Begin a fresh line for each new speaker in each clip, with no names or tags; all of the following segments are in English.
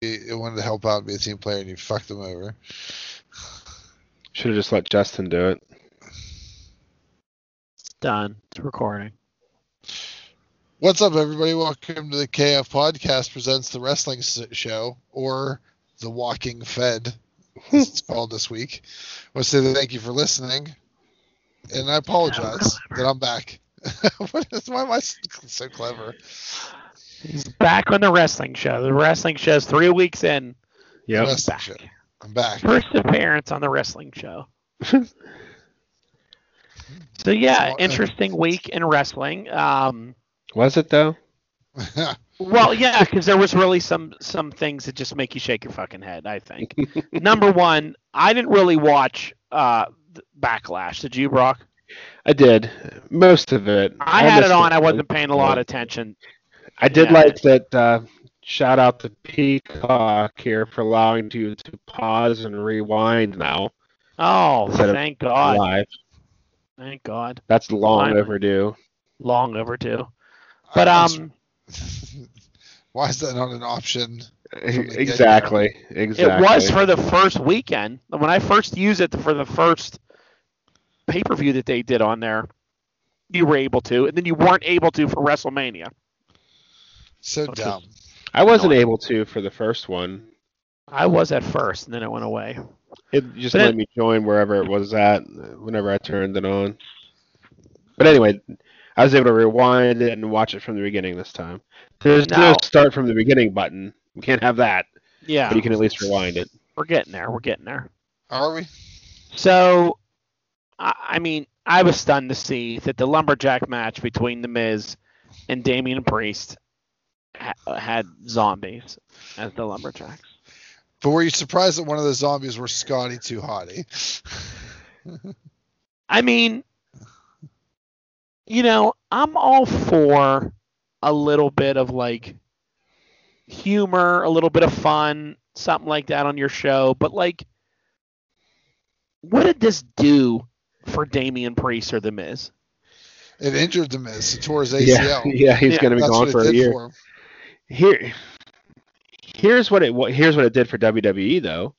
he wanted to help out and be a team player, and you fucked him over.
Should have just let Justin do it.
It's done. It's recording.
What's up, everybody? Welcome to the KF Podcast presents the wrestling s- show or the Walking Fed, as it's called this week. I want to say thank you for listening, and I apologize that I'm back. what is, why am I s- so clever?
He's back on the wrestling show. The wrestling show's three weeks in.
Yep.
Wrestling
Back.
show. I'm back.
First appearance on the wrestling show. so yeah,
Well, uh,
interesting week in wrestling. Um,
Was it though?
well, yeah, because there was really some some things that just make you shake your fucking head. I think. Number one, I didn't really watch uh, th- Backlash. Did you, Brock?
I did most of it.
I, had it
missed
on. I wasn't paying a lot of attention.
I did
yeah.
like that. Uh, shout out to Peacock here for allowing you to pause and rewind now
Oh,
Instead of
thank God!
live.
Thank God.
That's long
Finally.
overdue.
Long overdue. But um,
why is that not an option? Something good.
exactly. Exactly.
It was for the first weekend. When I first used it for the first pay per view that they did on there, you were able to, and then you weren't able to for WrestleMania.
So
What's
dumb.
I wasn't
annoying.
able to for the first one.
I was at first, and then it went away.
It just
But
let
it-
me join wherever it was at whenever I turned it on. But anyway, I was able to rewind it and watch it from the beginning this time. There's no,
No.
start from the beginning button. We can't have that.
Yeah,
But you can at least rewind it.
we're getting there. We're getting there.
Are we?
So, I, I mean, I was stunned to see that the lumberjack match between The Miz and Damian Priest ha- had zombies as the lumberjacks.
But were you surprised that one of the zombies were Scotty Too Hottie?
I mean, you know, I'm all for a little bit of like humor, a little bit of fun, something like that on your show, but like what did this do for Damian Priest or The Miz?
It injured the Miz. It tore his
Yeah,
ACL.
yeah, he's
Yeah,
gonna be
That's
gone
what
for
it
a
did
year.
for him.
Here, here's what it wa- here's what it did for WWE though.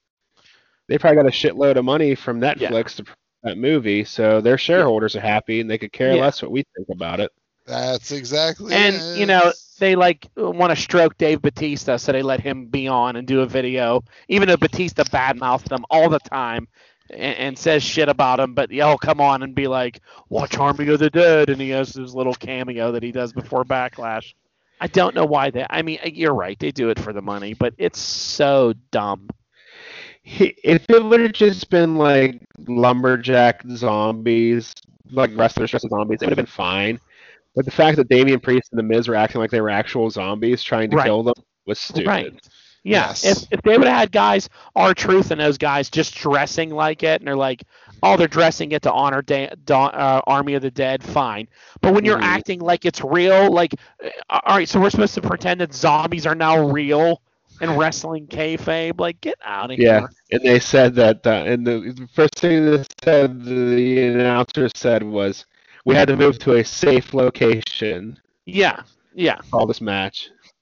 They probably got a shitload of money from Netflix to promote that movie, so their shareholders are happy and they could care
Yeah.
less what we think about it.
That's exactly.
And
it.
you know, they like want to stroke Dave Batista, so they let him be on and do a video, even though Batista badmouths them all the time and, and says shit about him. But he'll come on and be like, "Watch Army of the Dead," and he has his little cameo that he does before Backlash. I don't know why they. I mean, you're right, they do it for the money, but it's so dumb.
He- if it would have just been like lumberjack zombies, like wrestlers dressed as zombies, it would have been fine. But the fact that Damian Priest and the Miz were acting like they were actual zombies trying to
Right.
kill them was stupid.
Right. Yeah.
Yes.
If, if they would have had guys, our truth and those guys just dressing like it, and they're like, oh, they're dressing it to honor da- da- uh, Army of the Dead, fine. But when you're
Mhm.
acting like it's real, like, uh, all right, so we're supposed to pretend that zombies are now real and wrestling kayfabe. Like, get out of
Yeah,
here.
and they said that, uh, and the the first thing they said, the announcer said was, "We had to move to a safe location
Yeah. Yeah.
for all this match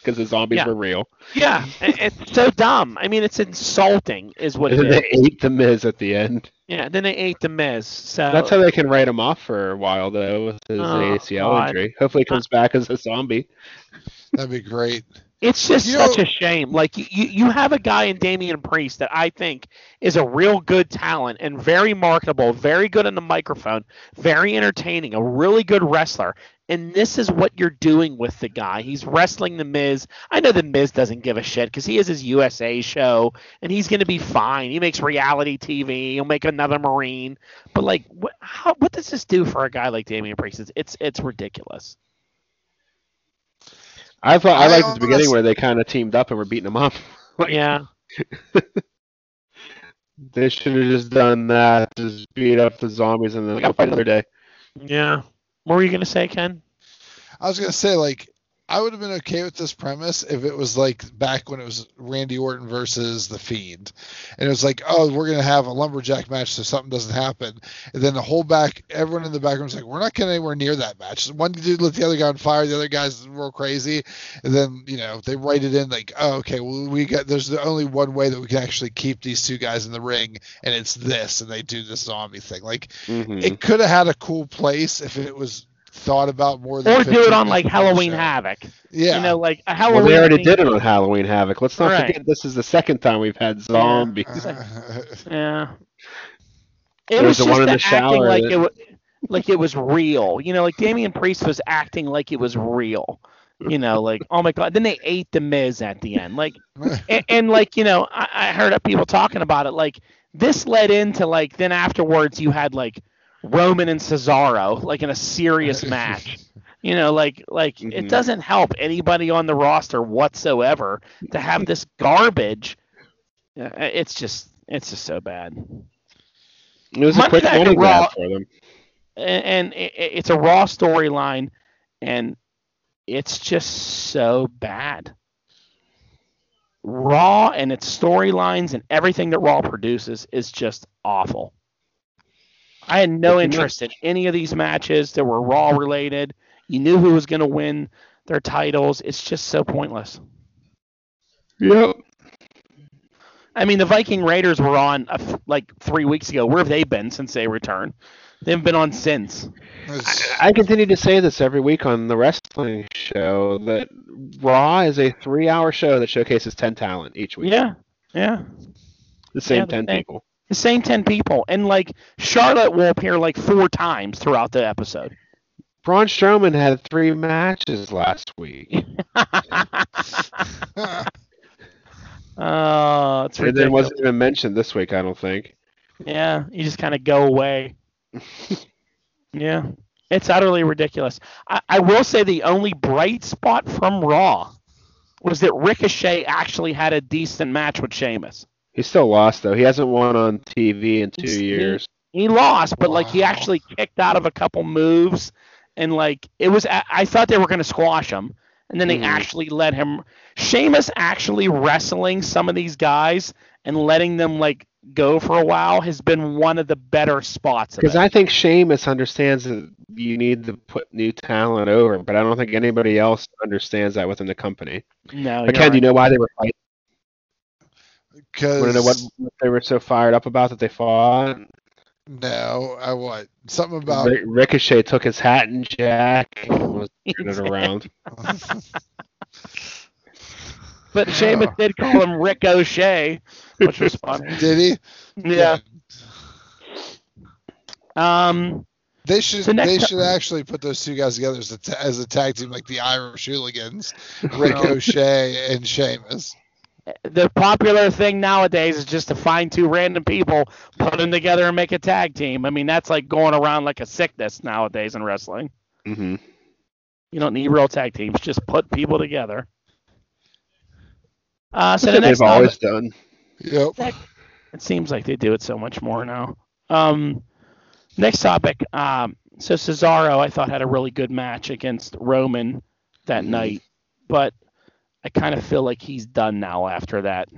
because the zombies
Yeah.
were real."
Yeah. It- it's so dumb. I mean, it's insulting, is what
And
it
then
is.
they ate the Miz at the end.
Yeah. Then they ate the Miz. So
That's how they can write him off for a while though with his
Oh,
ACL
God.
injury. Hopefully, he comes back as a zombie.
that'd be great.
It's just
You
such
know-
a shame. Like you, you you have a guy in Damian Priest that I think is a real good talent and very marketable, very good on the microphone, very entertaining, a really good wrestler. And this is what you're doing with the guy. He's wrestling the Miz. I know the Miz doesn't give a shit because he has his USA show and he's going to be fine. He makes reality TV. He'll make another Marine. But like, what how, what does this do for a guy like Damian Priest? It's it's, it's ridiculous.
I thought I,
I
liked at the beginning
honest-
where they kind of teamed up and were beating him up. Like-
Yeah.
They should have just done that, just beat up the zombies, and then like, I'll fight another day.
Yeah. What were you going to say, Ken?
I was gonna say like I would have been okay with this premise if it was like back when it was Randy Orton versus the Fiend, and it was like, oh, we're gonna have a lumberjack match so something doesn't happen, and then the whole back, everyone in the back room's like, we're not getting anywhere near that match. One dude lit the other guy on fire, the other guy's real crazy, and then you know they write it in like, oh, okay, well we got there's the only one way that we can actually keep these two guys in the ring, and it's this, and they do this zombie thing. Like
Mhm.
it could have had a cool place if it was thought about more than
Or do
15
it on like
minutes
Halloween
show.
Havoc.
yeah
You know, like a Halloween.
Well, they already
thing-
did it on Halloween Havoc. Let's not
Right.
forget this is the second time we've had zombies.
Yeah. It
There was
was
the
just
one in
the
the
acting
shower
like
that-
it was like it was real. You know, like Damian Priest was acting like it was real. You know, like oh my god. Then they ate the Miz at the end. Like and, and like you know, I, I heard of people talking about it. Like this led into like then afterwards you had like Roman and Cesaro like in a serious match. You know, like like it
Mhm.
doesn't help anybody on the roster whatsoever to have this garbage. Uh, It's just it's just so bad.
It was
Monday
a quick
Night
money
Raw-
grab for them.
and, and it, it- it's a raw storyline, and it's just so bad. Raw and its storylines and everything that Raw produces is just awful. I had no
Pretty
interest in any of these matches that were Raw related. You knew who was going to win their titles. It's just so pointless.
Yep.
I mean, the Viking Raiders were on a f like three weeks ago. Where have they been since they returned? They've been on since.
It's-
I continue to say this every week on the wrestling show that Raw is a three-hour show that showcases ten talent each week.
Yeah, yeah.
the same
yeah, the
ten
same.
people.
The same 10 people. And, like, Charlotte will appear, like, four times throughout the episode.
Braun Strowman had three matches last week,
Oh, it's
and then
ridiculous.
wasn't even mentioned this week. I don't think.
Yeah, you just kind of go away. yeah, it's utterly ridiculous. I, I will say the only bright spot from Raw was that Ricochet actually had a decent match with Sheamus.
He still lost though. He hasn't won on TV in
He's-
two
he-
years.
He lost, but, like, he
Wow.
actually kicked out of a couple moves. And, like, it was, I, I thought they were going to squash him. And then they
Mhm.
actually let him. Sheamus actually wrestling some of these guys and letting them, like, go for a while has been one of the better spots. of
Because
it.
I think Sheamus understands that you need to put new talent over, but I don't think anybody else understands that within the company.
no,
But
you're
Ken, do you know why they were fighting?
Because
Want to know what what they were so fired up about that they fought?
no, I what something about
Ri- Ricochet took his hat and jacket and was
right.
turning it around.
but Sheamus
Oh.
did call him Rick O'Shea, which was funny.
did he?
yeah. Um.
They should
So next
they
ti-
should actually put those two guys together as a, ta- as a tag team like the Irish Hooligans, Rick O'Shea and Sheamus.
the popular thing nowadays is just to find two random people, put them together, and make a tag team. I mean, that's like going around like a sickness nowadays in wrestling.
hmm
You don't need real tag teams; just put people together. Uh, so
That's
the
what
next
they've
time,
always done.
Yep.
it seems like they do it so much more now. Um, next topic. Um, so Cesaro, I thought had a really good match against Roman that
Mhm.
night, but I kind of feel like he's done now after that.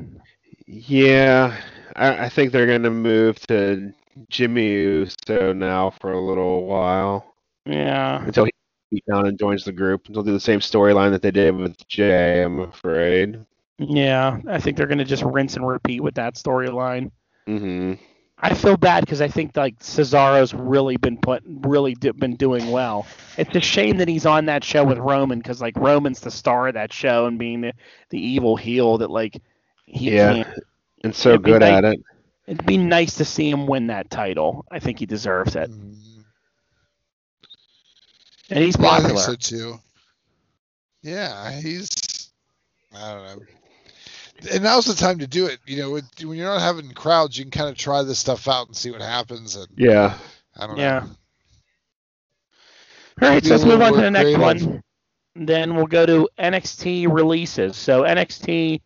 Yeah, I, I think they're going to move to Jimmy Uso now for a little while.
Yeah.
until he beat down and joins the group. They'll do the same storyline that they did with Jay, I'm afraid.
Yeah, I think they're going to just rinse and repeat with that storyline.
Mm-hmm.
I feel bad because I think like Cesaro's really been put, really d- been doing well. It's a shame that he's on that show with Roman because like Roman's the star of that show and being the, the evil heel that like he
Yeah.
can't.
And so
It'd be
good at
nice-
it.
It'd be nice to see him win that title. I think he deserves it,
Mm,
and he's
yeah, I
popular.
think so too. Yeah, he's. I don't know. And now's the time to do it. You know, with, when you're not having crowds, you can kind of try this stuff out and see what happens. And
Yeah.
I don't know.
Yeah. All right,
Be
so
a
let's move
little
on to
more
the next
creative.
one. Then we'll go to NXT releases. So NXT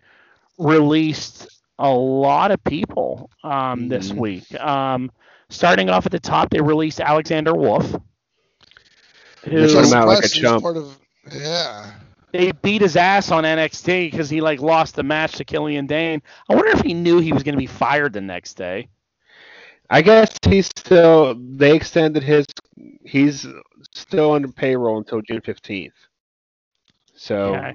released a lot of people um, this
Mhm.
week. Um, starting off at the top, they released Alexander Wolf.
Let him
Just
out like a
press, he's
chump.
Part of, yeah.
they beat his ass on NXT because he like lost the match to Killian Dane. I wonder if he knew he was going to be fired the next day.
I guess he's still. They extended his. He's still under payroll until June fifteenth. So,
Okay.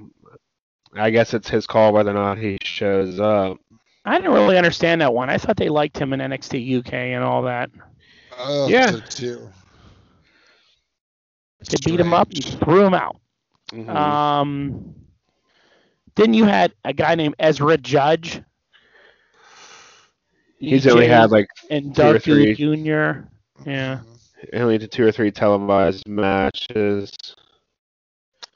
I guess it's his call whether or not he shows up.
I didn't really understand that one. I thought they liked him in NXT UK and all that.
Oh,
Yeah.
Too.
They beat him up and threw him out. Mm-hmm. Um, then you had a guy named Ezra Judge.
he's only
EJ
had like
and
two or
Doug
three.
Duke Jr. Yeah.
only did two or three televised matches.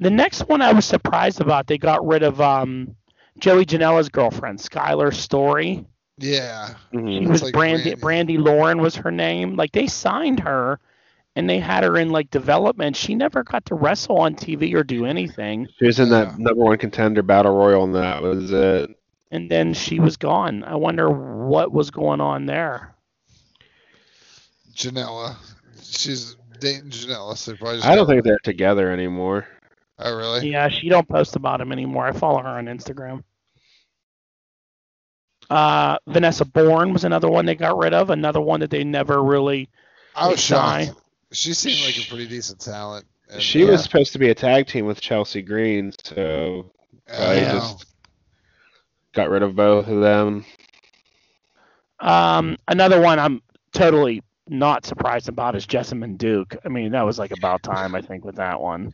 The next one I was surprised about, they got rid of um, Joey Janela's girlfriend, Skylar Story.
Yeah.
She
It's
was
like
Brandy,
Brandy.
Brandy Lauren was her name. Like they signed her, and they had her in like development. She never got to wrestle on TV or do anything,
She was in
Yeah.
that number one contender battle royal, and that was it.
and then she was gone. I wonder what was going on there.
Janella. She's dating Janella, so they probably just
I don't think they're together anymore.
Oh, really?
Yeah, she don't post about him anymore. I follow her on Instagram. Uh, Vanessa Bourne was another one they got rid of. Another one that they never really.
I was
Like,
shocked.
die.
She seemed like a pretty decent talent. and,
she
uh,
was supposed to be a tag team with Chelsea Green, so
I
I
don't know.
just got rid of both of them.
Um, another one I'm totally not surprised about is Jessamine Duke. I mean, that was like about time I think with that one.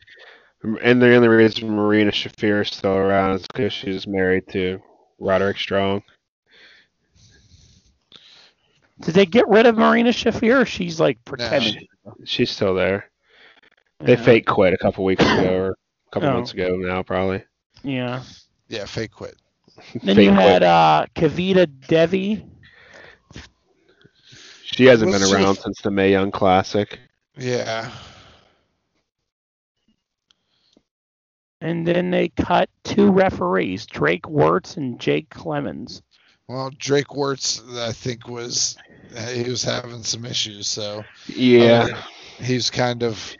And the only reason Marina Shafir is still around is because she's married to Roderick Strong.
Did they get rid of Marina Shafir? She's like pretending.
She- she's still there. They
Yeah.
fake quit a couple weeks ago or a couple
Oh.
months ago now, probably.
Yeah.
Yeah, fake quit.
Then
Fake
you had
quit.
uh, Kavita Devi.
She hasn't been
What's she-
around since the May Young Classic.
Yeah.
And then they cut two referees, Drake Wirtz and Jake Clemens.
Well, Drake Wirtz, I think, was he was having some issues, so
Yeah,
he's kind of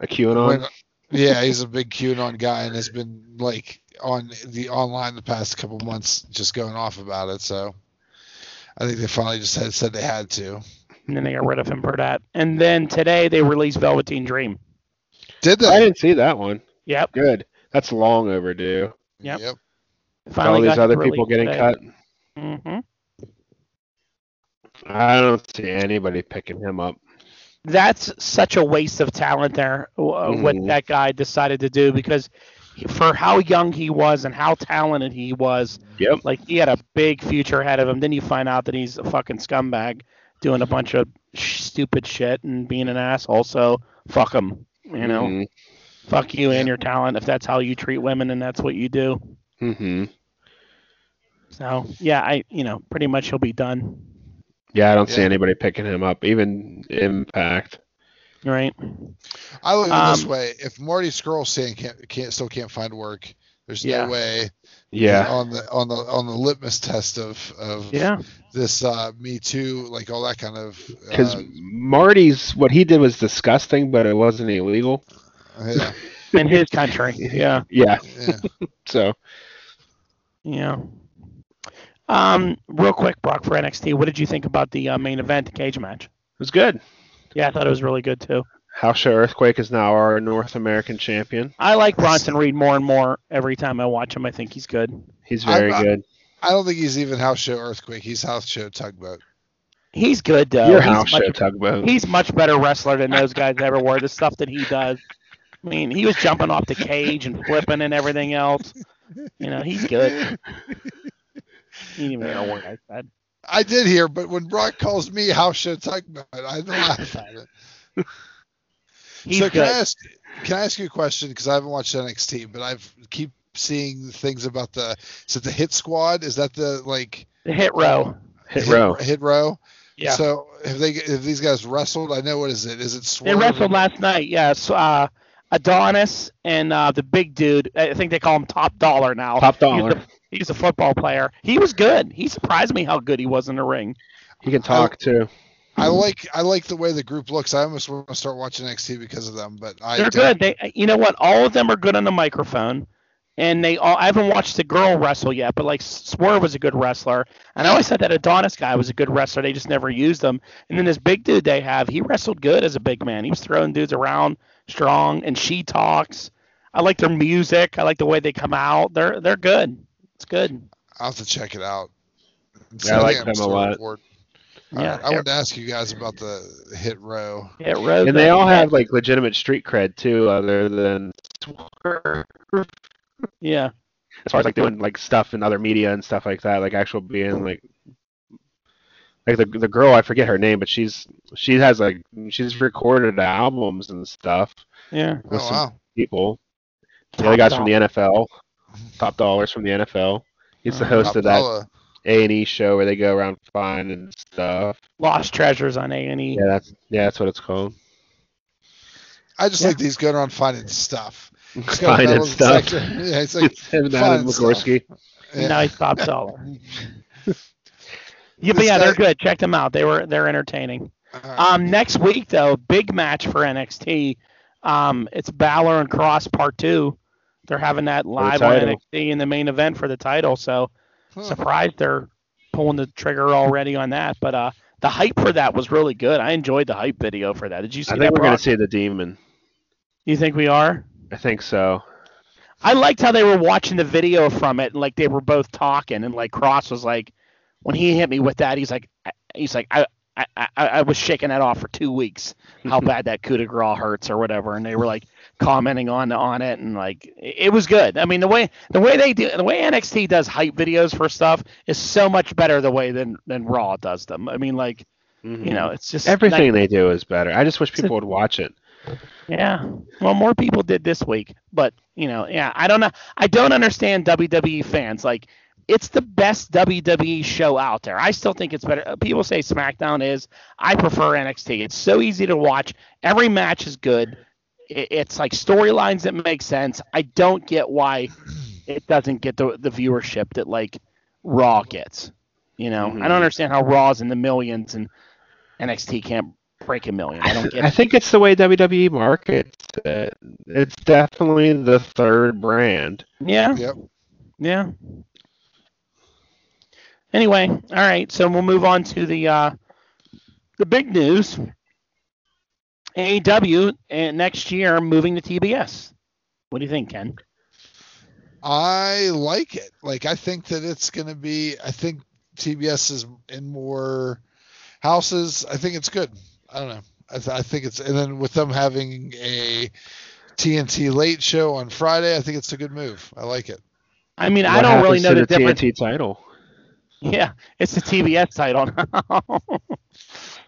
a
Um,
QAnon.
went- yeah, he's a big QAnon guy and has been like on the online the past couple months, just going off about it. So I think they finally just had said they had to.
And then they got rid of him for that. And then today they released Velveteen Dream.
Did
I
they?
didn't see that one.
Yep.
Good. That's long overdue.
Yep.
Yep.
With all these other people getting cut.
hmm
I don't see anybody picking him up.
That's such a waste of talent there, uh, what
Mhm.
that guy decided to do, because he- for how young he was and how talented he was,
Yep.
like he had a big future ahead of him. Then you find out that he's a fucking scumbag doing a bunch of sh- stupid shit and being an asshole. So fuck him. You know,
Mm-hmm.
fuck you and your talent if that's how you treat women and that's what you do.
hmm
So yeah, I you know pretty much he'll be done,
Yeah, I don't see
Yeah.
anybody picking him up. Even Impact.
right?
I look at it this
Um,
way: if Marty Scurll can't, can't still can't find work, there's
Yeah.
no way
Oh,
Yeah.
on the on the on the litmus test of of
Yeah.
this uh, Me Too, like all that kind of.
Because
uh,
Marty's what he did was disgusting, but it wasn't illegal.
yeah,
In his country. Yeah.
Yeah.
yeah.
So
Yeah. Um, real quick, Brock for NXT. What did you think about the uh, main event, the cage match?
it was good.
Yeah, I thought it was really good too.
House Show Earthquake is now our North American champion.
I like Bronson Reed more and more every time I watch him. I think he's good.
He's
I-
very
I-
good.
I don't think he's even house show earthquake. He's house show tugboat.
He's good though.
Your
he's
house show
much,
tugboat.
He's much better wrestler than those guys ever were. The stuff that he does. I mean, he was jumping off the cage and flipping and everything else. You know, he's good. He didn't even hear a word I said.
I did hear, but when Brock calls me house show tugboat, I laugh at it.
He's
so can I
good.
ask? Can I ask you a question? Because I haven't watched NXT, but I've keep seeing things about the. Is it the Hit Squad? Is that the like
The hit row.
Hit row.
Hit row.
Yeah.
So have they? Have these guys wrestled? I know what is it? Is it
They
Swerve?
wrestled last night, yes. Uh, Adonis and uh, the big dude. I think they call him Top Dollar now.
Top
He's
dollar.
a, he's a football player. He was good. He surprised me how good he was in the ring.
He can
Oh.
talk too.
I like I like the way the group looks. I almost want to start watching NXT because of them, but I
They're
don't-
good. They, you know what? All of them are good on the microphone. And they all I haven't watched the girl wrestle yet, but like Swerve was a good wrestler. And I always said that Adonis guy was a good wrestler. They just never used him. And then this big dude they have, he wrestled good as a big man. He was throwing dudes around strong and she talks. I like their music. I like the way they come out. They're they're good. It's good.
I'll have to check it out. It's
Yeah, I like
something I'm
them a
still
lot.
bored.
Yeah.
I, I wanted to ask you guys about the hit row.
Yeah, Rhodes.
And they all have like legitimate street cred too, other than Swerve.
yeah.
as far as like doing like stuff in other media and stuff like that, like actual being like like the the girl I forget her name, but she's she has like she's recorded albums and stuff
Yeah.
with
oh
some
wow!
people. The
Top
other guys
dog.
from the NFL, top dollars from the NFL. He's
Mm,
the
Oh,
host of that
Apollo.
A and E show where they go around finding stuff.
Lost Treasures on A and E.
Yeah, that's yeah, that's what it's called.
I just
Yeah.
like these going around finding stuff. It's got
Finding
medals, it's
stuff.
like- yeah, it's like
It's him and Adam
finding stuff.
Mogorski.
yeah.
Nice top dollar. yeah, but
This
yeah, they're
guy-
good. Check them out. They were they're entertaining.
All right.
Um, next week though, big match for NXT. Um, it's Balor and Cross Part Two. They're having that live on
title.
NXT in the main event for the title. So
Huh.
surprised they're pulling the trigger already on that. But uh, the hype for that was really good. I enjoyed the hype video for that. Did you see
I
that?
think we're gonna
Brock?
see the demon.
You think we are?
I think so.
I liked how they were watching the video from it, and like they were both talking, and like Cross was like, when he hit me with that, he's like, I- he's like, I, I, I, I was shaking that off for two weeks, how bad that coup de grace hurts or whatever, and they were like commenting on on it, and like it it was good. I mean, the way the way they do, the way NXT does hype videos for stuff is so much better the way than than Raw does them. I mean, like
Mhm.
you know, it's just
Everything they do is better. I just wish
It's a-
people would watch it.
Yeah. Well, more people did this week, but you know, yeah, I don't know. I don't understand WWE fans. Like, it's the best WWE show out there. I still think it's better. Uh, People say SmackDown is. I prefer NXT. It's so easy to watch. Every match is good. I- It's like storylines that make sense. I don't get why it doesn't get the the viewership that like Raw gets. You know, I
Mhm.
don't understand how Raw's in the millions and NXT can't break a million. I don't get
I think it's the way WWE markets it. It's definitely the third brand.
it. Yeah.
Yep.
Yeah. Anyway, all right, so we'll move on to the uh, the big news. AEW and uh, next year moving to TBS. What do you think, Ken?
I like it. Like I think that it's going to be. I think TBS is in more houses. I think it's good. I don't know. I, th- I think it's and then with them having a TNT late show on Friday, I think it's a good move. I like it.
I mean, I
What
don't really
happens
know
to
the,
the
difference.
TNT title.
Yeah, it's the TBS title.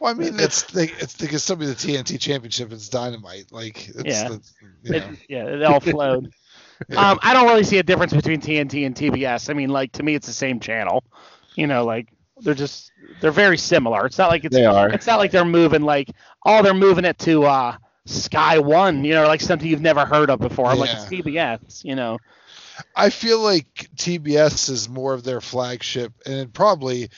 Well, I mean, it's they, it's they could still be the TNT Championship. It's Dynamite. Like it's
Yeah.
the, you
It-
know,
yeah, it all flowed.
Yeah.
Um, I don't really see a difference between TNT and TBS. I mean, like to me, it's the same channel. You know, like they're just they're very similar. It's not like it's
They are.
it's not like they're moving like oh they're moving it to uh Sky One, you know, like something you've never heard of before. I'm like
Yeah.
it's TBS, you know.
I feel like TBS is more of their flagship, and it probably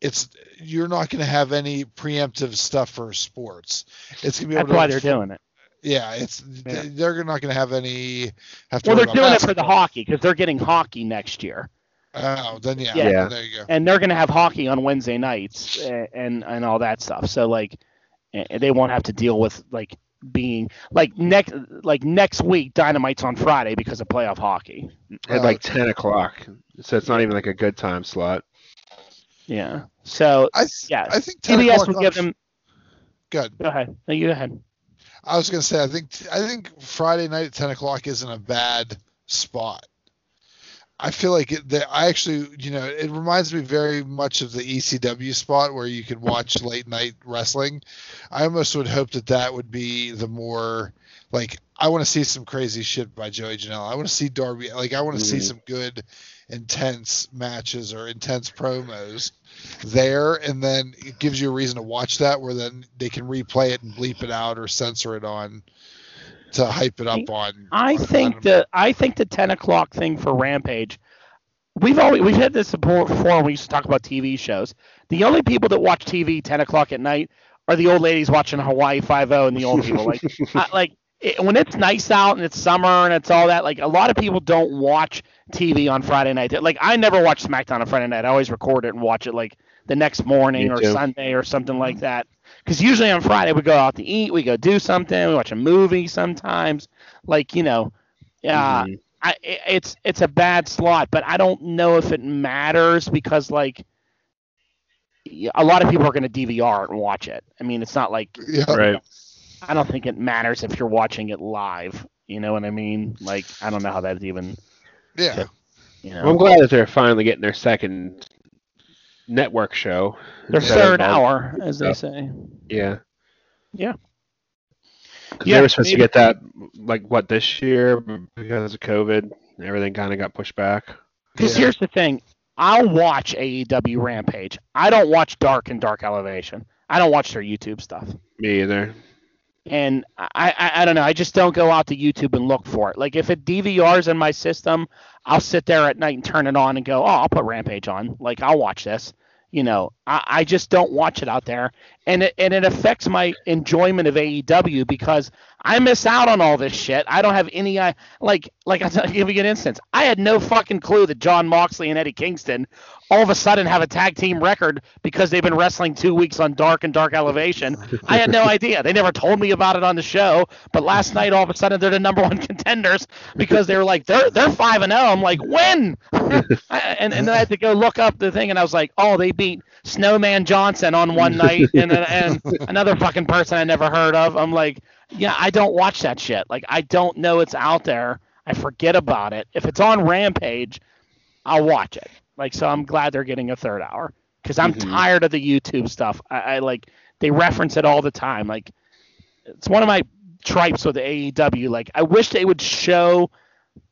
it's you're not going to have any preemptive stuff for sports. It's going to be
That's
able to,
why they're doing it.
Yeah, it's
Yeah.
they're not going to have any. Have to
Well,
worry about
they're doing it for the
basketball.
hockey because they're getting hockey next year,
Oh, then yeah,
Yeah.
Yeah.
there you go.
and they're going to have hockey on Wednesday nights a- and and all that stuff. So like, a- they won't have to deal with like being like next like next week Dynamite's on Friday because of playoff hockey.
At like 10 o'clock. So it's not even like a good time slot.
Yeah. So
I th-
yeah,
I think 10
TBS
o'clock
will
on-
give them.
good.
Go ahead. No, you go ahead.
I was going to say I think I think Friday night at 10 o'clock isn't a bad spot. I feel like it, that I actually, you know, it reminds me very much of the ECW spot where you could watch late night wrestling. I almost would hope that that would be the more like I want to see some crazy shit by Joey Janela. I want to see Darby. Like I want to see
Mhm.
some good, intense matches or intense promos there, and then it gives you a reason to watch that. Where then they can replay it and bleep it out or censor it on to hype it up on.
I
on-
think
on-
the I think the ten o'clock thing for Rampage. We've always we've had this before when we used to talk about TV shows. The only people that watch TV ten o'clock at night are the old ladies watching Hawaii Five O and the old people. Like, I, like it, when it's nice out and it's summer and it's all that, like a lot of people don't watch TV on Friday night. Like I never watch SmackDown on Friday night. I always record it and watch it like the next morning
Me
or
too.
Sunday or something like that. Because usually on Friday we go out to eat, we go do something, we watch a movie sometimes. Like you know, yeah,
Mhm.
I, i- it's it's a bad slot, but I don't know if it matters because like y- a lot of people are going to DVR it and watch it. I mean, it's not like
Yeah.
right.
I don't think it matters if you're watching it live. You know what I mean? Like I don't know how that's even
Yeah.
you
Well, I'm
know
glad that they're finally getting their second network show.
their
Yeah.
third hour, as they
Yeah.
say.
Yeah.
Yeah.
'Cause
Yeah,
they were supposed
maybe-
to get that, like, what, this year because of COVID? Everything kind of got pushed back.
Because
Yeah.
here's the thing: I'll watch AEW Rampage. I don't watch Dark and Dark Elevation. I don't watch their YouTube stuff.
Me either.
and I, I I don't know. I just don't go out to YouTube and look for it. Like if it DVRs in my system, I'll sit there at night and turn it on and go, oh, I'll put Rampage on. Like I'll watch this. You know, I, I just don't watch it out there, and it and it affects my enjoyment of AEW because I miss out on all this shit. I don't have any I like like I'll give you an instance. I had no fucking clue that John Moxley and Eddie Kingston all of a sudden have a tag team record because they've been wrestling two weeks on Dark and Dark Elevation. I had no idea. They never told me about it on the show. But last night, all of a sudden, they're the number one contenders because they were like, they're they're five and zero. I'm like, when? and and then I had to go look up the thing, and I was like, oh, they beat Snowman Johnson on one night, and and another fucking person I never heard of. I'm like, yeah, I don't watch that shit. Like, I don't know it's out there. I forget about it. If it's on Rampage, I'll watch it. Like, so I'm glad they're getting a third hour because I'm
Mhm.
tired of the YouTube stuff. I, I like they reference it all the time. Like, it's one of my tripes with AEW. Like, I wish they would show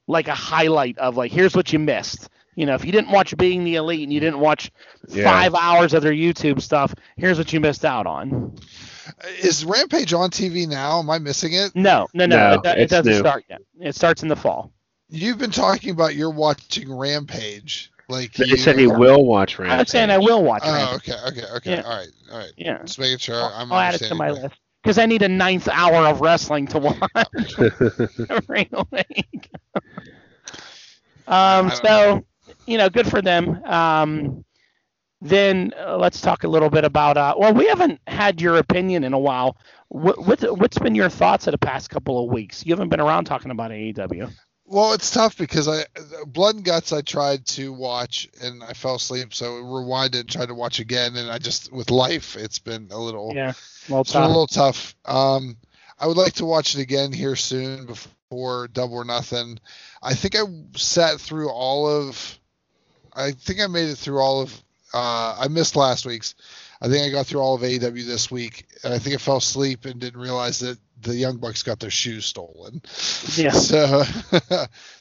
like a highlight of like, here's what you missed. You know, if you didn't watch Being the Elite and you didn't watch
Yeah.
five hours of their YouTube stuff, here's what you missed out on.
Is Rampage on TV now? Am I missing it?
No, no, no,
No,
it, do- it
it's
doesn't
new.
start yet. It starts in the fall.
You've been talking about you're watching Rampage. Like
They
you-
said he will watch Rampage.
I'm saying I will watch.
Oh,
Rampage.
okay, okay, okay.
Yeah.
All right, all right.
Yeah.
Just making sure
I'll-
I'm
I'll add it to
understanding
my
right.
list because I need a ninth hour of wrestling to watch. really. um,
I don't
so, you know, good for them. Um, then uh, let's talk a little bit about. Uh, well, we haven't had your opinion in a while. What, what, what's been your thoughts of the past couple of weeks? You haven't been around talking about E AEW.
Well, it's tough because I Blood and Guts I tried to watch and I fell asleep, so rewinded and tried to watch again, and I just with life it's been a little
Yeah. Well,
it's been a little tough. Um, I would like to watch it again here soon before Double or Nothing. I think I sat through all of. I think I made it through all of. Uh, I missed last week's. I think I got through all of AEW this week, and I think I fell asleep and didn't realize that the Young Bucks got their shoes stolen.
Yeah.
So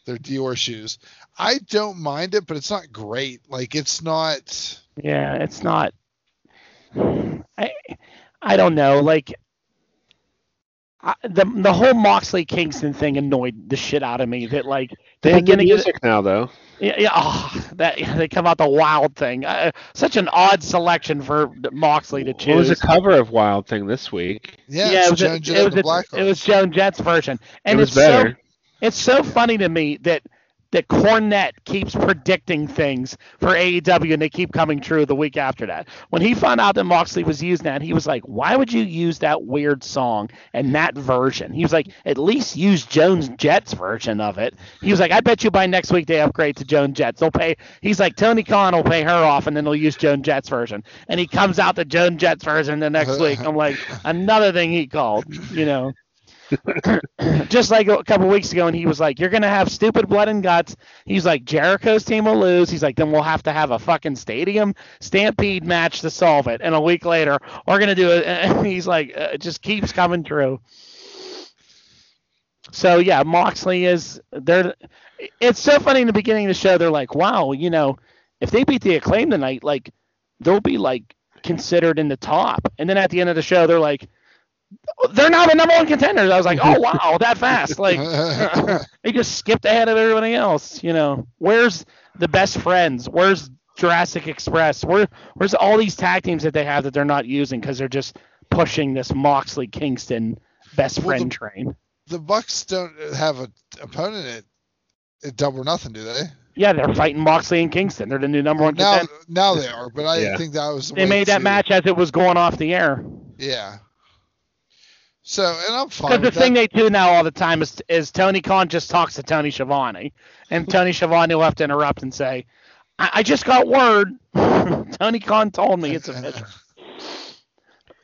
their Dior shoes. I don't mind it, but it's not great. Like it's not.
Yeah, it's not. I I don't know. Like I, the the whole Moxley Kingston thing annoyed the shit out of me. That like
They have good
beginning of the-
music now, though.
yeah, yeah oh, that they come out the wild thing. Uh, such an odd selection for Moxley to choose.
It was a cover of Wild Thing this week.
Yeah,
it was,
it's Joan
a-
Jett
it,
and
was
the
a-
Black
it was Joan Jett's version, and
it was
it's so
better.
it's so funny to me that that Cornette keeps predicting things for AEW and they keep coming true the week after that. When he found out that Moxley was using that, he was like, "Why would you use that weird song and that version?" He was like, "At least use Jones Jet's version of it." He was like, "I bet you by next week they upgrade to Joan Jett. They'll pay." He's like, "Tony Khan will pay her off, and then they'll use Joan Jett's version." And he comes out the Joan Jett's version the next week. I'm like, another thing he called, you know just like a couple weeks ago, and he was like, "You're gonna have stupid blood and guts." He's like, "Jericho's team will lose." He's like, "Then we'll have to have a fucking stadium stampede match to solve it." And a week later, we're gonna do it. And he's like, uh, "It just keeps coming true." So yeah, Moxley is there. It's so funny in the beginning of the show. They're like, "Wow, you know, if they beat the acclaim tonight, like they'll be like considered in the top." And then at the end of the show, they're like. They're now the number one contenders. I was like, oh wow, that fast! Like, they just skipped ahead of everybody else. You know, where's the best friends? Where's Jurassic Express? Where where's all these tag teams that they have that they're not using because they're just pushing this Moxley Kingston best
Well,
friend
the-
train?
the Bucks don't have an opponent at, at Double or Nothing, do they?
Yeah, they're fighting Moxley and Kingston. They're the new number one
Now,
contender.
now they are, but I
Yeah.
think that was the
They
way
made that
to-
match as it was going off the air.
Yeah. So, and I'm fine.
Because the
with
thing
that.
they do now all the time is, is Tony Khan just talks to Tony Schiavone, and Tony Schiavone will have to interrupt and say, "I, I just got word. Tony Khan told me it's
uh,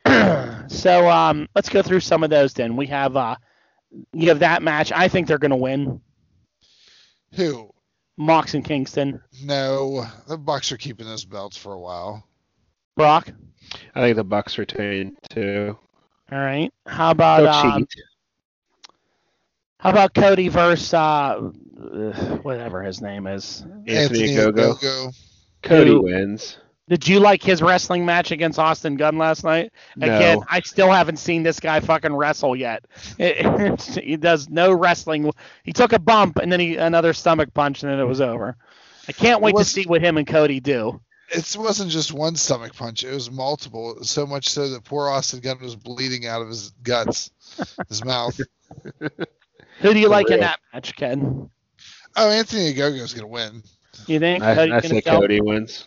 official." so um, let's go through some of those. Then we have uh, you have that match. I think they're going to win.
Who?
Mox and Kingston,
No, the Bucks are keeping those belts for a while.
Brock.
I think the Bucks retain too.
All right. How about
They'll
um,
cheat.
how about Cody versus uh, uh, whatever his name is?
Anthony, Gogo.
Ogogo.
Cody
Who-
wins.
Did you like his wrestling match against Austin Gunn last night? Again,
No.
I still haven't seen this guy fucking wrestle yet. he does no wrestling. He took a bump and then he another stomach punch and then it was over. I can't wait
Was-
to see what him and Cody do.
It wasn't just one stomach punch; it was multiple. So much so that poor Austin Gunn was bleeding out of his guts, his mouth.
Who do you
For
like in
real.
that match, Ken?
Oh, Anthony Gogo's gonna win.
You think
I, I
Cody's
say
gonna sell?
Cody wins.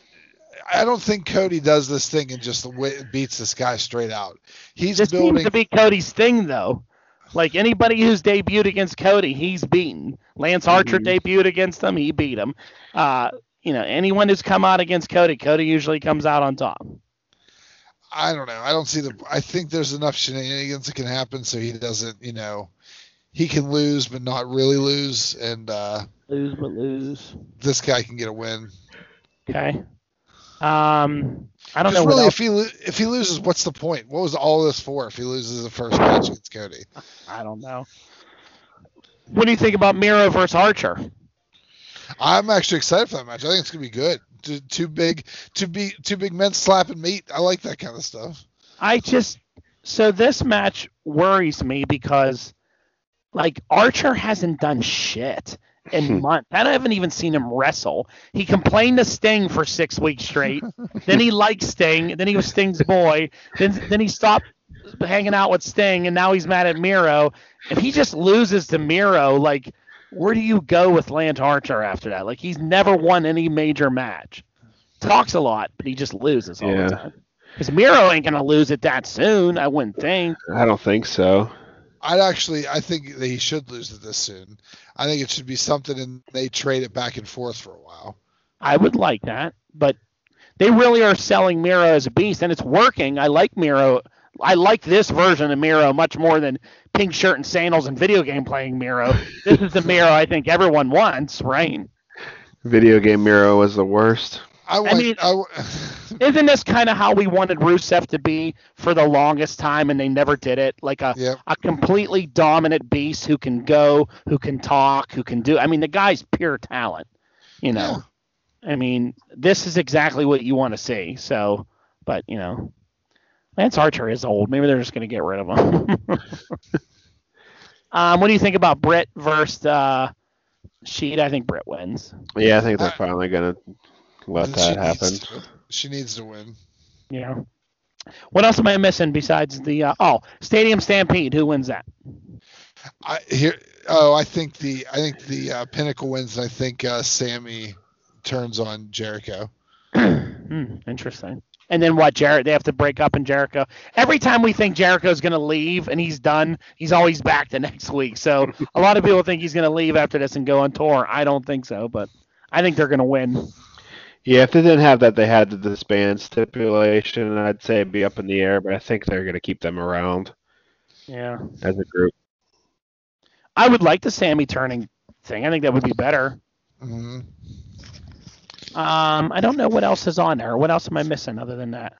I don't think Cody does this thing and just wi- beats this guy straight out. He's
This
building.
seems to be Cody's thing though. Like anybody who's debuted against Cody, he's beaten. Lance Archer
Mhm.
debuted against him, he beat him. Uh, you know, anyone who's come out against Cody, Cody usually comes out on top.
I don't know. I don't see the. I think there's enough shenanigans that can happen, so he doesn't. You know, he can lose, but not really lose, and uh,
Lose but lose.
this guy can get a win.
Okay. Um, I don't know
'Cause
what
really, if
else.
he lo- if he loses, what's the point? What was all this for? If he loses the first match against Cody,
I don't know. What do you think about Miro versus Archer?
I'm actually excited for that match. I think it's gonna be good. Two, two big, two big, two big men slapping meat. I like that kind of stuff.
I just so this match worries me because like Archer hasn't done shit in months. I haven't even seen him wrestle. He complained to Sting for six weeks straight. then he liked Sting. Then he was Sting's boy. Then then he stopped hanging out with Sting, and now he's mad at Miro. If he just loses to Miro, like where do you go with Lance Archer after that? Like he's never won any major match. Talks a lot, but he just loses all
Yeah.
the time. Because Miro ain't gonna lose it that soon, I wouldn't think.
I don't think so.
I'd actually, I think that he should lose it this soon. I think it should be something, and they trade it back and forth for a while.
I would like that, but they really are selling Miro as a beast, and it's working. I like Miro. I like this version of Miro much more than pink shirt and sandals and video game playing Miro. This is the Miro I think everyone wants, right?
Video game Miro was the worst.
I want. I
mean-
wa-
Isn't this kind of how we wanted Rusev to be for the longest time, and they never did it? Like a
Yep.
a completely dominant beast who can go, who can talk, who can do. I mean, the guy's pure talent. You know, I mean, this is exactly what you want to see. So, but you know, Lance Archer is old. Maybe they're just going to get rid of him. um, what do you think about Britt versus uh, Sheet? I think Britt wins.
Yeah, I think they're
I-
finally gonna let
she
that happen.
Needs to, she needs to win.
You know. What else am I missing besides the uh, oh Stadium Stampede? Who wins that?
I here. Oh, I think the I think the uh, pinnacle wins. And I think uh, Sammy turns on Jericho.
Hmm, interesting. And then what, Jarrett? They have to break up in Jericho. Every time we think Jericho's going to leave and he's done, he's always back the next week. So a lot of people think he's going to leave after this and go on tour. I don't think so, but I think they're going to win.
Yeah, if they didn't have that, they had the disband stipulation. I'd say it'd be up in the air, but I think they're gonna keep them around
Yeah.
as a group.
I would like the Sammy turning thing. I think that would be better.
hmm
Um, I don't know what else is on there. What else am I missing other than that?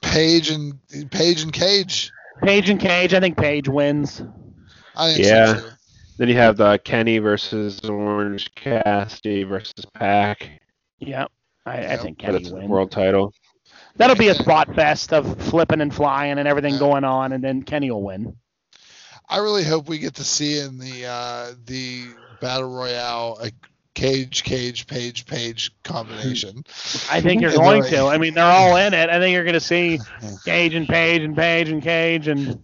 Page and Page and Cage.
Page and Cage. I think Page wins.
I think
Yeah.
So too.
Then you have the Kenny versus Orange Cassidy versus Pac
Yep. I, I
Yep.
think
for
Kenny
the
wins.
world title.
That'll be a spot fest of flipping and flying and everything going on, and then Kenny will win.
I really hope we get to see in the uh, the battle royale a cage cage page page combination.
I think you're
And
going
they're
to.
like-
I mean, they're all in it. I think you're going to see Cage and Page and Page and Cage and.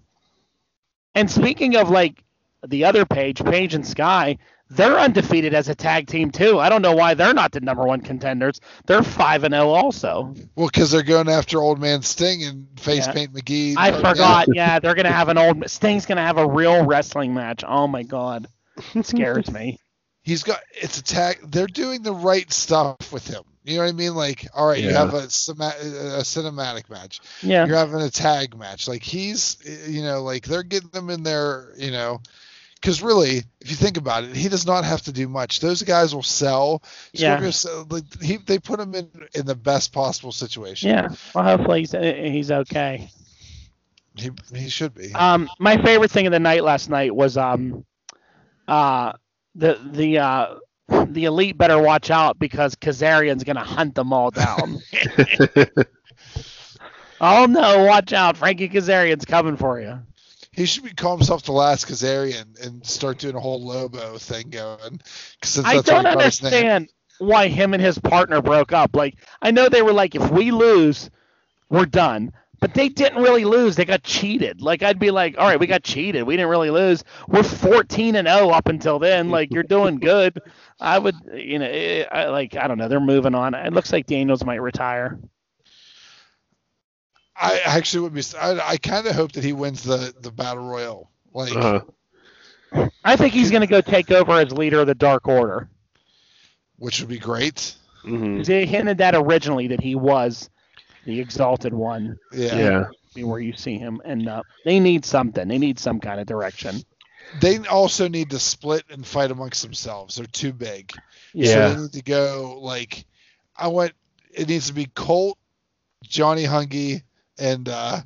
And speaking of like the other page, Page and Sky, they're undefeated as a tag team too. I don't know why they're not the number one contenders. They're five and zero also.
Well, because they're going after Old Man Sting and Face
Yeah.
Paint McGee.
I
Right now.
forgot. Yeah, they're gonna have an old Sting's gonna have a real wrestling match. Oh my god, it scares me.
He's got it's a tag. They're doing the right stuff with him. You know what I mean? Like, all right, you
Yeah.
have a, cima- a cinematic match.
Yeah,
You're having a tag match. Like he's, you know, like they're getting them in there. You know, because really, if you think about it, he does not have to do much. Those guys will sell.
Yeah.
Scorpio sell- like, he, they put him in in the best possible situation.
yeah. Well, hopefully he's he's okay.
He, he should be.
Um, my favorite thing of the night last night was um, uh, the the uh, the elite better watch out because Kazarian's gonna hunt them all down.
Uh-huh.
oh no, watch out, Frankie Kazarian's coming for you.
He should be call himself the last Kazarian and start doing a whole Lobo thing going. 'cause Since
I
that's how
don't
he got his name.
understand why him and his partner broke up. Like I know they were like, if we lose, we're done. But they didn't really lose. They got cheated. Like I'd be like, all right, we got cheated. We didn't really lose. We're 14 and 0 up until then. Like you're doing good. I would, you know, eh, I, like I don't know. They're moving on. It looks like Daniels might retire.
I actually would be. I, I kind of hope that he wins the the battle royal. Like
Uh,
I think he's gonna go take over as leader of the Dark Order.
which would be great. Hmm.
mhm.
They hinted that originally that he was the Exalted One.
Yeah.
Yeah.
be where you see him end up. They need something. They need some kind of direction.
They also need to split and fight amongst themselves. They're too big. So
Yeah.
they need to go like I want. It needs to be Colt, Johnny Hungy, and uh,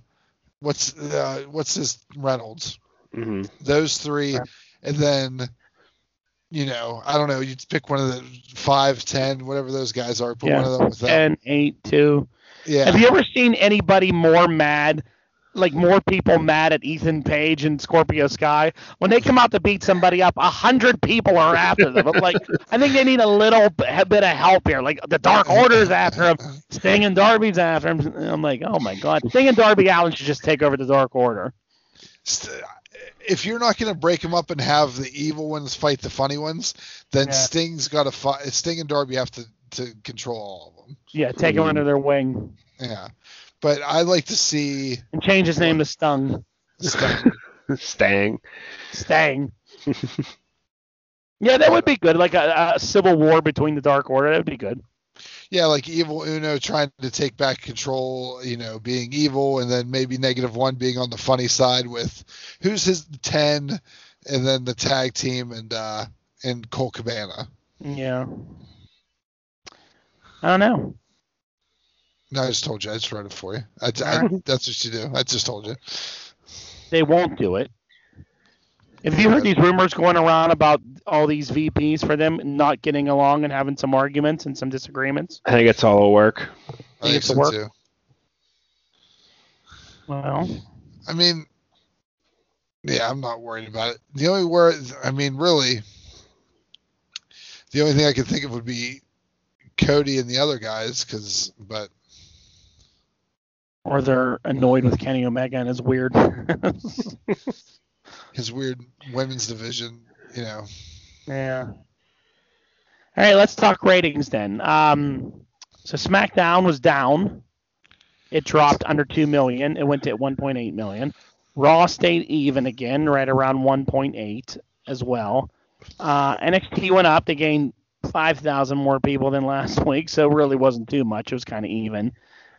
what's uh, what's his Reynolds.
mhm.
those three,
Right.
and then you know, I don't know, you pick one of the five, ten, whatever those guys are, put
Yeah.
one of them with them.
Ten, eight, two. Have
yeah.
you ever seen anybody more mad? Like more people mad at Ethan Page and Scorpio Sky when they come out to beat somebody up, a hundred people are after them. I'm like, I think they need a little b- bit of help here. Like the Dark Order's after him, Sting and Darby's after him. I'm like, oh my god, Sting and Darby Allen should just take over the Dark Order.
St- If you're not going to break them up and have the evil ones fight the funny ones, then
Yeah.
Sting's got to fight. Sting and Darby have to to control all of them.
Yeah, take him
Mhm.
under their wing
Yeah. But I like to see
and change his name to Stung.
Sting.
Stang.
Stang. yeah, that would be good. Like a, a civil war between the Dark Order. That would be good.
yeah, like evil Uno trying to take back control, you know, being evil, and then maybe negative one being on the funny side with who's his ten, and then the tag team and uh and Cole Cabana.
Yeah. I don't know.
No, I just told you. I just wrote it for you. I, I- that's what you do. I just told you.
They won't do it. Have you heard these rumors going around about all these VPs for them not getting along and having some arguments and some disagreements?
I think it's all a work.
I think
You get to
so
work.
too.
Well,
I mean, yeah, I'm not worried about it. The only word, I mean, really, the only thing I could think of would be Cody and the other guys, because, but
or they're annoyed with Kenny Omega and his weird.
his weird women's division, you know.
Yeah. All right, let's talk ratings then. Um, so SmackDown was down. It dropped under two million. It went to 1.8 million. Raw stayed even again, right around 1.8 as well. Uh, NXT went up. They gained 5,000 more people than last week, so it really wasn't too much. It was kind of even.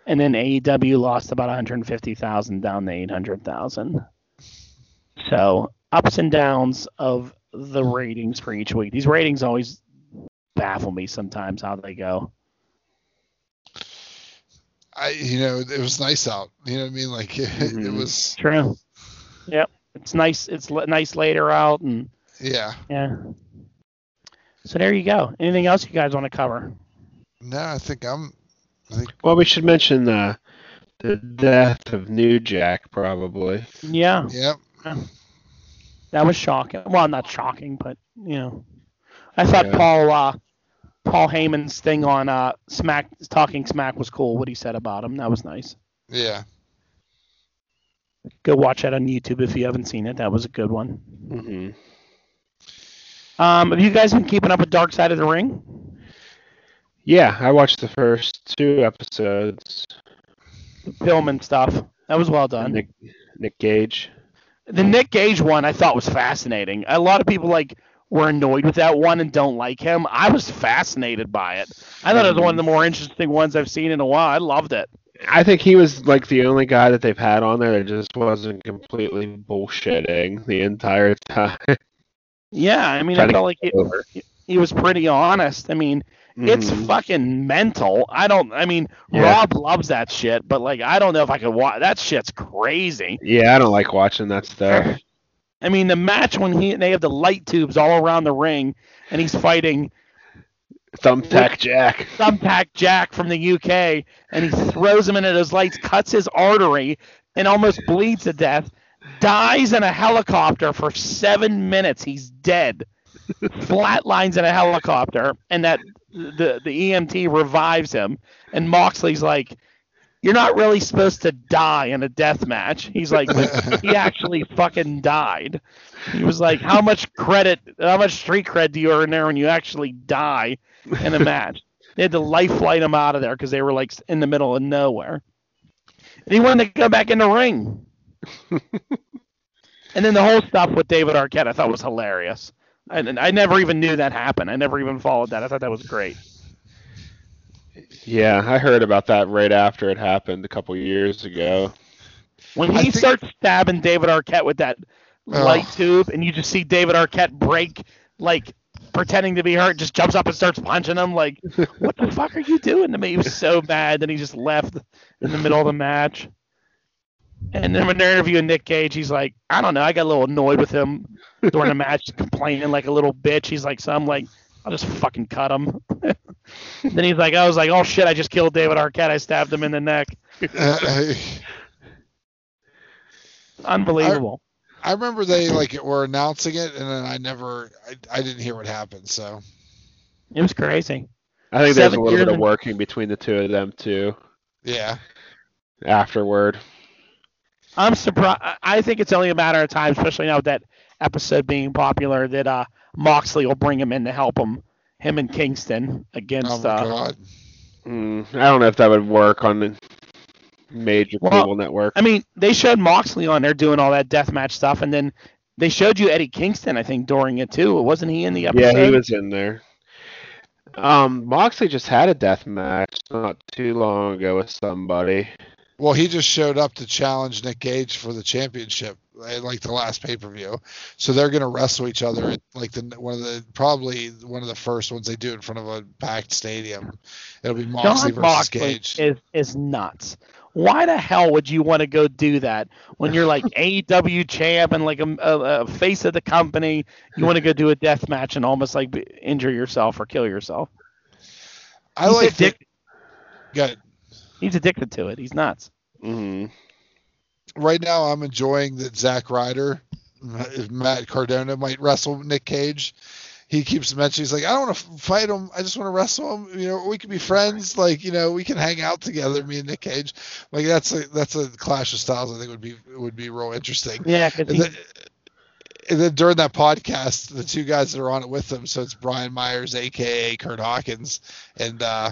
And then AEW lost about 150,000 down to 800,000. So ups and downs of the ratings for each week. These ratings always baffle me sometimes how they go.
I, you know, it was nice out. You know what I mean? Like it, it
Mhm.
was,
True. Yep. It's nice. It's l- nice later out and
yeah.
yeah. So there you go. Anything else you guys want to cover?
No, I think I'm. I think
Well, we should mention uh, the death of New Jack, probably.
Yeah,
yeah.
that was shocking. Well, not shocking, but you know, I thought
Yeah.
Paul uh, Paul Heyman's thing on uh, Smack talking Smack was cool. What he said about him that was nice.
Yeah.
Go watch that on YouTube if you haven't seen it. That was a good one.
Mm-hmm.
Um, have you guys been keeping up with Dark Side of the Ring?
Yeah, I watched the first two episodes.
Film and stuff. That was well done.
Nick, Nick Gage.
The Nick Gage one I thought was fascinating. A lot of people like were annoyed with that one and don't like him. I was fascinated by it. I thought it was one of the more interesting ones I've seen in a while. I loved it.
I think he was like the only guy that they've had on there that just wasn't completely bullshitting the entire time.
Yeah, I mean,
Try
I
to
felt like it,
over.
he was pretty honest. I mean, it's
Mhm.
fucking mental. I don't. I mean,
Yeah.
Rob loves that shit, but like, I don't know if I could watch. That shit's crazy.
yeah, I don't like watching that stuff.
I mean, the match when he they have the light tubes all around the ring, and he's fighting
Thumbtack Jack.
Thumbtack Jack from the UK, and he throws him into those lights, cuts his artery, and almost bleeds to death. Dies in a helicopter for seven minutes. He's dead. Flatlines in a helicopter, and that the the EMT revives him. And Moxley's like, "You're not really supposed to die in a death match." He's like, "But "He actually fucking died." He was like, "How much credit? How much street cred do you earn there when you actually die in a match. They had to life flight him out of there because they were like in the middle of nowhere. And he wanted to go back in the ring. and then the whole stuff with David Arquette I thought was hilarious. And, and I never even knew that happened. I never even followed that. I thought that was great.
Yeah, I heard about that right after it happened a couple years ago.
When
I
he
think-
starts stabbing David Arquette with that light tube, and you just see David Arquette break, like pretending to be hurt, just jumps up and starts punching him. Like, what the fuck are you doing to me? He was so mad that he just left in the middle of the match. And then when they're interviewing Nick Cage, he's like, I don't know, I got a little annoyed with him during the match, complaining like a little bitch. He's like, so I'm like, I'll just fucking cut him. then he's like, I was like, oh shit, I just killed David Arquette. I stabbed him in the neck. Unbelievable.
I remember they like were announcing it, and then I never, I, I didn't hear what happened. So
It was crazy.
I think there's a
Seven
little
years
bit of
in-
working between the two of them too
yeah,
afterward.
I'm surprised. I think it's only a matter of time, especially now with that episode being popular, that uh, Moxley will bring him in to help him, him and Kingston
oh
against.
my
uh,
god,
Mm, I don't know if that would work on the major
Well,
cable network.
I mean, they showed Moxley on there doing all that deathmatch stuff, and then they showed you Eddie Kingston, I think, during it too. Wasn't he in the episode?
Yeah, he was in there. Um, Moxley just had a death match not too long ago with somebody.
well he just showed up to challenge Nick Gage for the championship at like the last pay per view. So they're gonna wrestle each other at like the one of the probably one of the first ones they do in front of a packed stadium. It'll be Moxley versus
John Moxley
Gage.
is is nuts. Why the hell would you want to go do that when you're like AEW champ and like a, a, a face of the company? You want to go do a death match and almost like be- injure yourself or kill yourself?
I
he's
like the-
addicted.
Good.
He's addicted to it. He's nuts.
hmm
Mm-hmm.
right now I'm enjoying that Zack Ryder, if Matt Cardona might wrestle Nick Cage. He keeps mentioning he's like, I don't want to fight him. I just want to wrestle him. You know, we can be friends. Like, you know, we can hang out together, me and Nick Cage. Like that's a that's a clash of styles. I think would be would be real interesting.
Yeah, 'cause
And
he-
then, and then during that podcast, the two guys that are on it with them, so it's Brian Myers, aka Kurt Hawkins, and uh,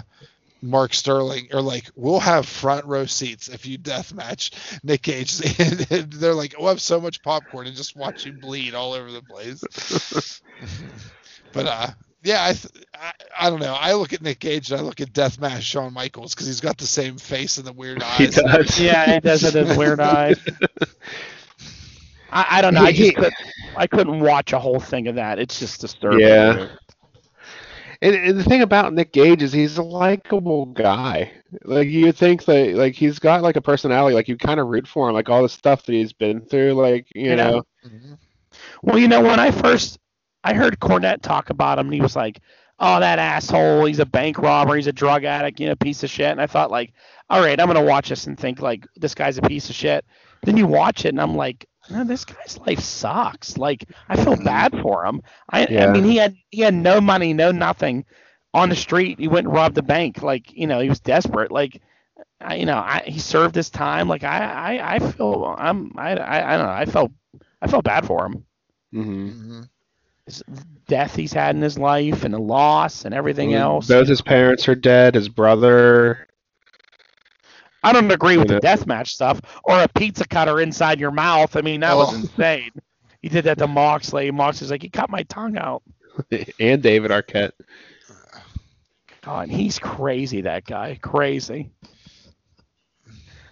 Mark Sterling, are like, "We'll have front row seats if you death match Nick Cage." And they're like, "We'll have so much popcorn and just watch you bleed all over the place." but uh, yeah, I, th- I I don't know. I look at Nick Cage and I look at death match Shawn Michaels because he's got the same face and the weird eyes.
He does.
yeah, he does have those weird eyes. I, I don't know. I
He-
just could, I couldn't watch a whole thing of that. It's just disturbing.
Yeah. And, and the thing about Nick Gage is he's a likable guy. Like you would think that like he's got like a personality. Like you kind of root for him. Like all the stuff that he's been through. Like you
Yeah.
know.
Mhm.
Well, you know, when I first I heard Cornette talk about him, and he was like, "Oh, that asshole! He's a bank robber. He's a drug addict. You know, piece of shit." And I thought, like, "All right, I'm gonna watch this and think like this guy's a piece of shit." Then you watch it, and I'm like, "No, this guy's life sucks. Like, I feel bad for him. I, I
Yeah.
mean, he had he had no money, no nothing, on the street. He went and robbed a bank. Like, you know, he was desperate. Like, I, you know, I, he served his time. Like I, I, I feel I'm I, I, I don't know. I felt I felt bad for him.
Mm-hmm.
hmm
His death he's had in his life and the loss and everything
Mm,
else.
Mm-hmm. Both his parents are dead. His brother.
I don't agree with the
Yeah.
deathmatch stuff or a pizza cutter inside your mouth. I mean, that was
Oh.
insane. He did that to Moxley. Moxley's like, he cut my tongue out.
and David Arquette.
God, he's crazy, that guy. Crazy.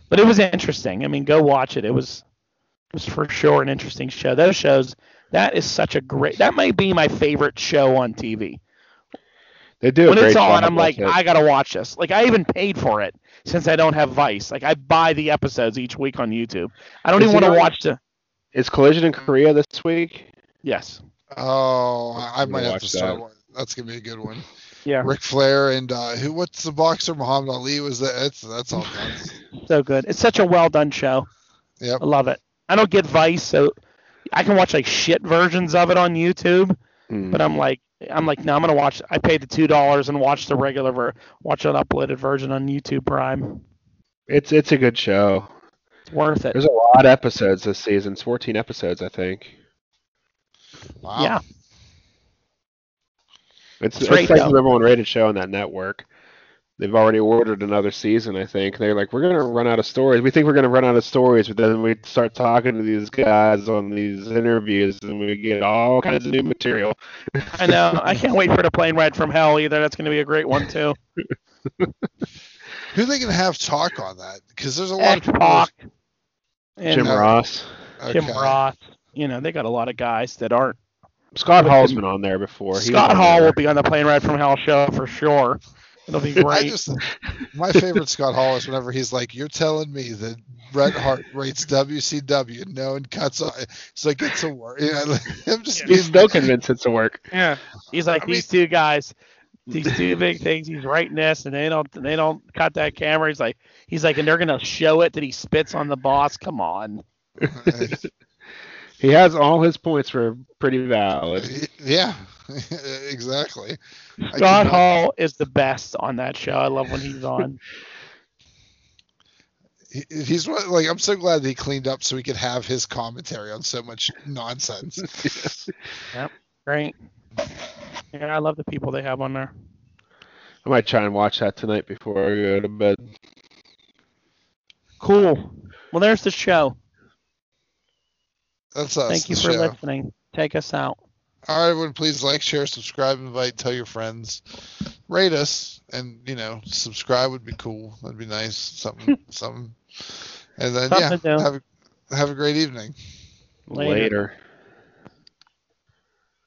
But it was interesting. I mean, go watch it. It was it was for sure an interesting show. Those shows, that is such a great that might be my favorite show on TV.
They do. a
when
great
it's
job
on, I'm
with
like,
it.
I gotta watch this. Like I even paid for it since I don't have Vice. Like I buy the episodes each week on YouTube. I don't
Is
even
it
want to
on-
watch the
Is Collision in Korea this week?
Yes.
Oh, I I
I'm gonna
might have
watch
to start
that.
one. That's gonna be a good one.
Yeah.
Ric Flair and uh, who? What's the boxer? Muhammad Ali was that? That's that's all. Guns.
So good. It's such a well done show.
Yep.
I love it. I don't get Vice, so I can watch like shit versions of it on YouTube.
Hmm.
but I'm like, I'm like, no, I'm gonna watch. I paid the two dollars and watch the regular ver, watch an uploaded version on YouTube Prime.
It's it's a good show.
It's worth it.
There's a lot of episodes this season. It's 14 episodes, I think.
Wow.
Yeah.
It's,
It's
it's
great,
like
though.
the number one rated show on that network. They've already ordered another season, I think. They're like, we're gonna run out of stories. We think we're gonna run out of stories, but then we start talking to these guys on these interviews, and we get all kinds of new material.
I know. I can't wait for the plane ride from hell either. That's gonna be a great one too.
Who are they gonna have talk on that? Because there's a lot
X Pac and uh,
Jim
Yeah.
Ross,
of
Jim
okay.
Ross. You know, they got a lot of guys that aren't.
Scott
But
Hall's
the-
been on there before. He
Scott
was on
Hall
there.
will be on the plane ride from hell show for sure. It'll be
I
great.
just my favorite Scott Hall is whenever he's like, "You're telling me that Bret Hart rates WCW, and no one cuts on." It's like it's a war. You know, I'm just being-
He's still convinced it's a work.
yeah. He's like
I mean-
these two guys. these two big things. He's writing this, and they don't they don't cut that camera. He's like he's like, and they're gonna show it that he spits on the boss. Come on,
He has all his points were pretty valid.
yeah, exactly. I
Scott
cannot-
Hall is the best on that show. I love when he's on.
he- He's one- like, I'm so glad that he cleaned up so he could have his commentary on so much nonsense.
Great. Yeah, I love the people they have on there.
I might try and watch that tonight before I go to bed.
Cool. Well, there's the show.
That's us.
Thank you
the
for
show.
listening. Take us out.
All right, everyone, please like, share, subscribe, invite, tell your friends, rate us, and you know, subscribe would be cool. That'd be nice. Something, something. And then
Something to
yeah,
do.
have a, have a great evening.
Later.
Later.